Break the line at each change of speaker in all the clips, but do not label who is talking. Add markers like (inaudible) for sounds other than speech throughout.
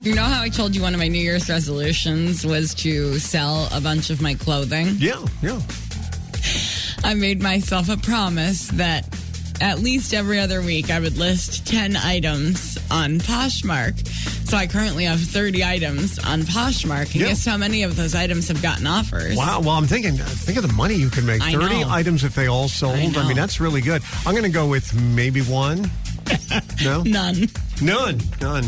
You know how I told you one of my New Year's resolutions was to sell a bunch of my clothing?
Yeah, yeah.
I made myself a promise that at least every other week I would list 10 items on Poshmark. So I currently have 30 items on Poshmark. And
Yeah.
guess how many of those items have gotten offers?
Wow. Well, I'm thinking, uh, think of the money you could make.
I
30
know.
items if they all sold. I,
know.
mean, that's really good. I'm going to go with maybe
(laughs)
one. no?
None.
None. None.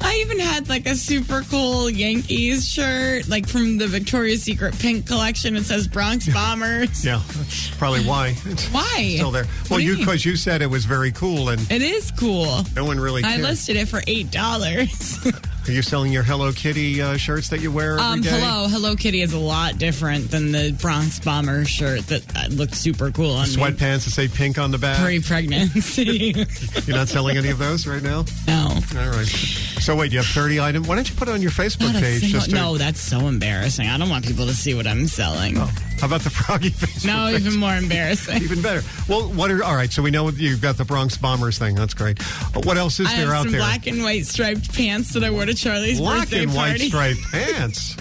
I even had like a super cool Yankees shirt, like from the Victoria's Secret pink collection. It says Bronx
(laughs)
Bombers.
Yeah. That's probably why. It's
Why?
still there.
What
Well,
do
you,
mean?
because you said it was very cool and
It is cool.
no one really
I
cared.
listed it for eight dollars.
Are you selling your Hello Kitty uh, shirts that you wear every
Um,
day?
hello, Hello Kitty is a lot different than the Bronx bomber shirt that uh, looked super cool on me
Sweatpants that say pink on the back. (laughs)
pre-pregnancy.
You're not selling any of those right now?
no,
All right. So wait, you have 30 items. Why don't you put it on your Facebook
not a
page?
single-
just to-
no, that's so embarrassing. I don't want people to see what I'm selling.
How about the froggy face?
No, even more embarrassing.
Even better. Well, what are all right? So we know you've got the Bronx Bombers thing. That's great. Uh, What else is
I
there
have
out
some
there?
black and white striped pants that I wore to Charlie's
Black
birthday
and white
party. (laughs)
striped pants.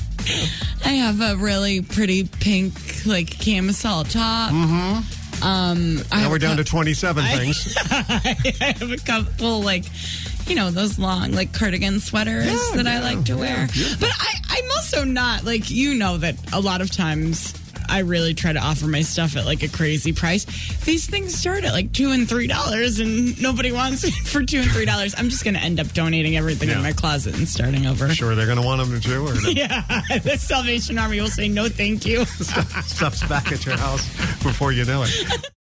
I have a really pretty pink like camisole top. Mm-hmm. Um, I
Now
have
we're
a
down
cou-
to 27 things.
(laughs) I (laughs) have a couple like you know those long like cardigan sweaters
Yeah,
that I
yeah,
like to
yeah,
wear.
yeah.
But I, I'm also not like you know that a lot of times I really try to offer my stuff at like a crazy price. These things start at like two and three dollars, and nobody wants (laughs) it for two and three dollars. I'm just gonna end up donating everything
Yeah.
in my closet and starting over. (laughs)
Sure, they're going to want them to do. Or no?
Yeah, the
(laughs)
Salvation Army will say no, thank you. (laughs)
Stuff's back at your house before you know it.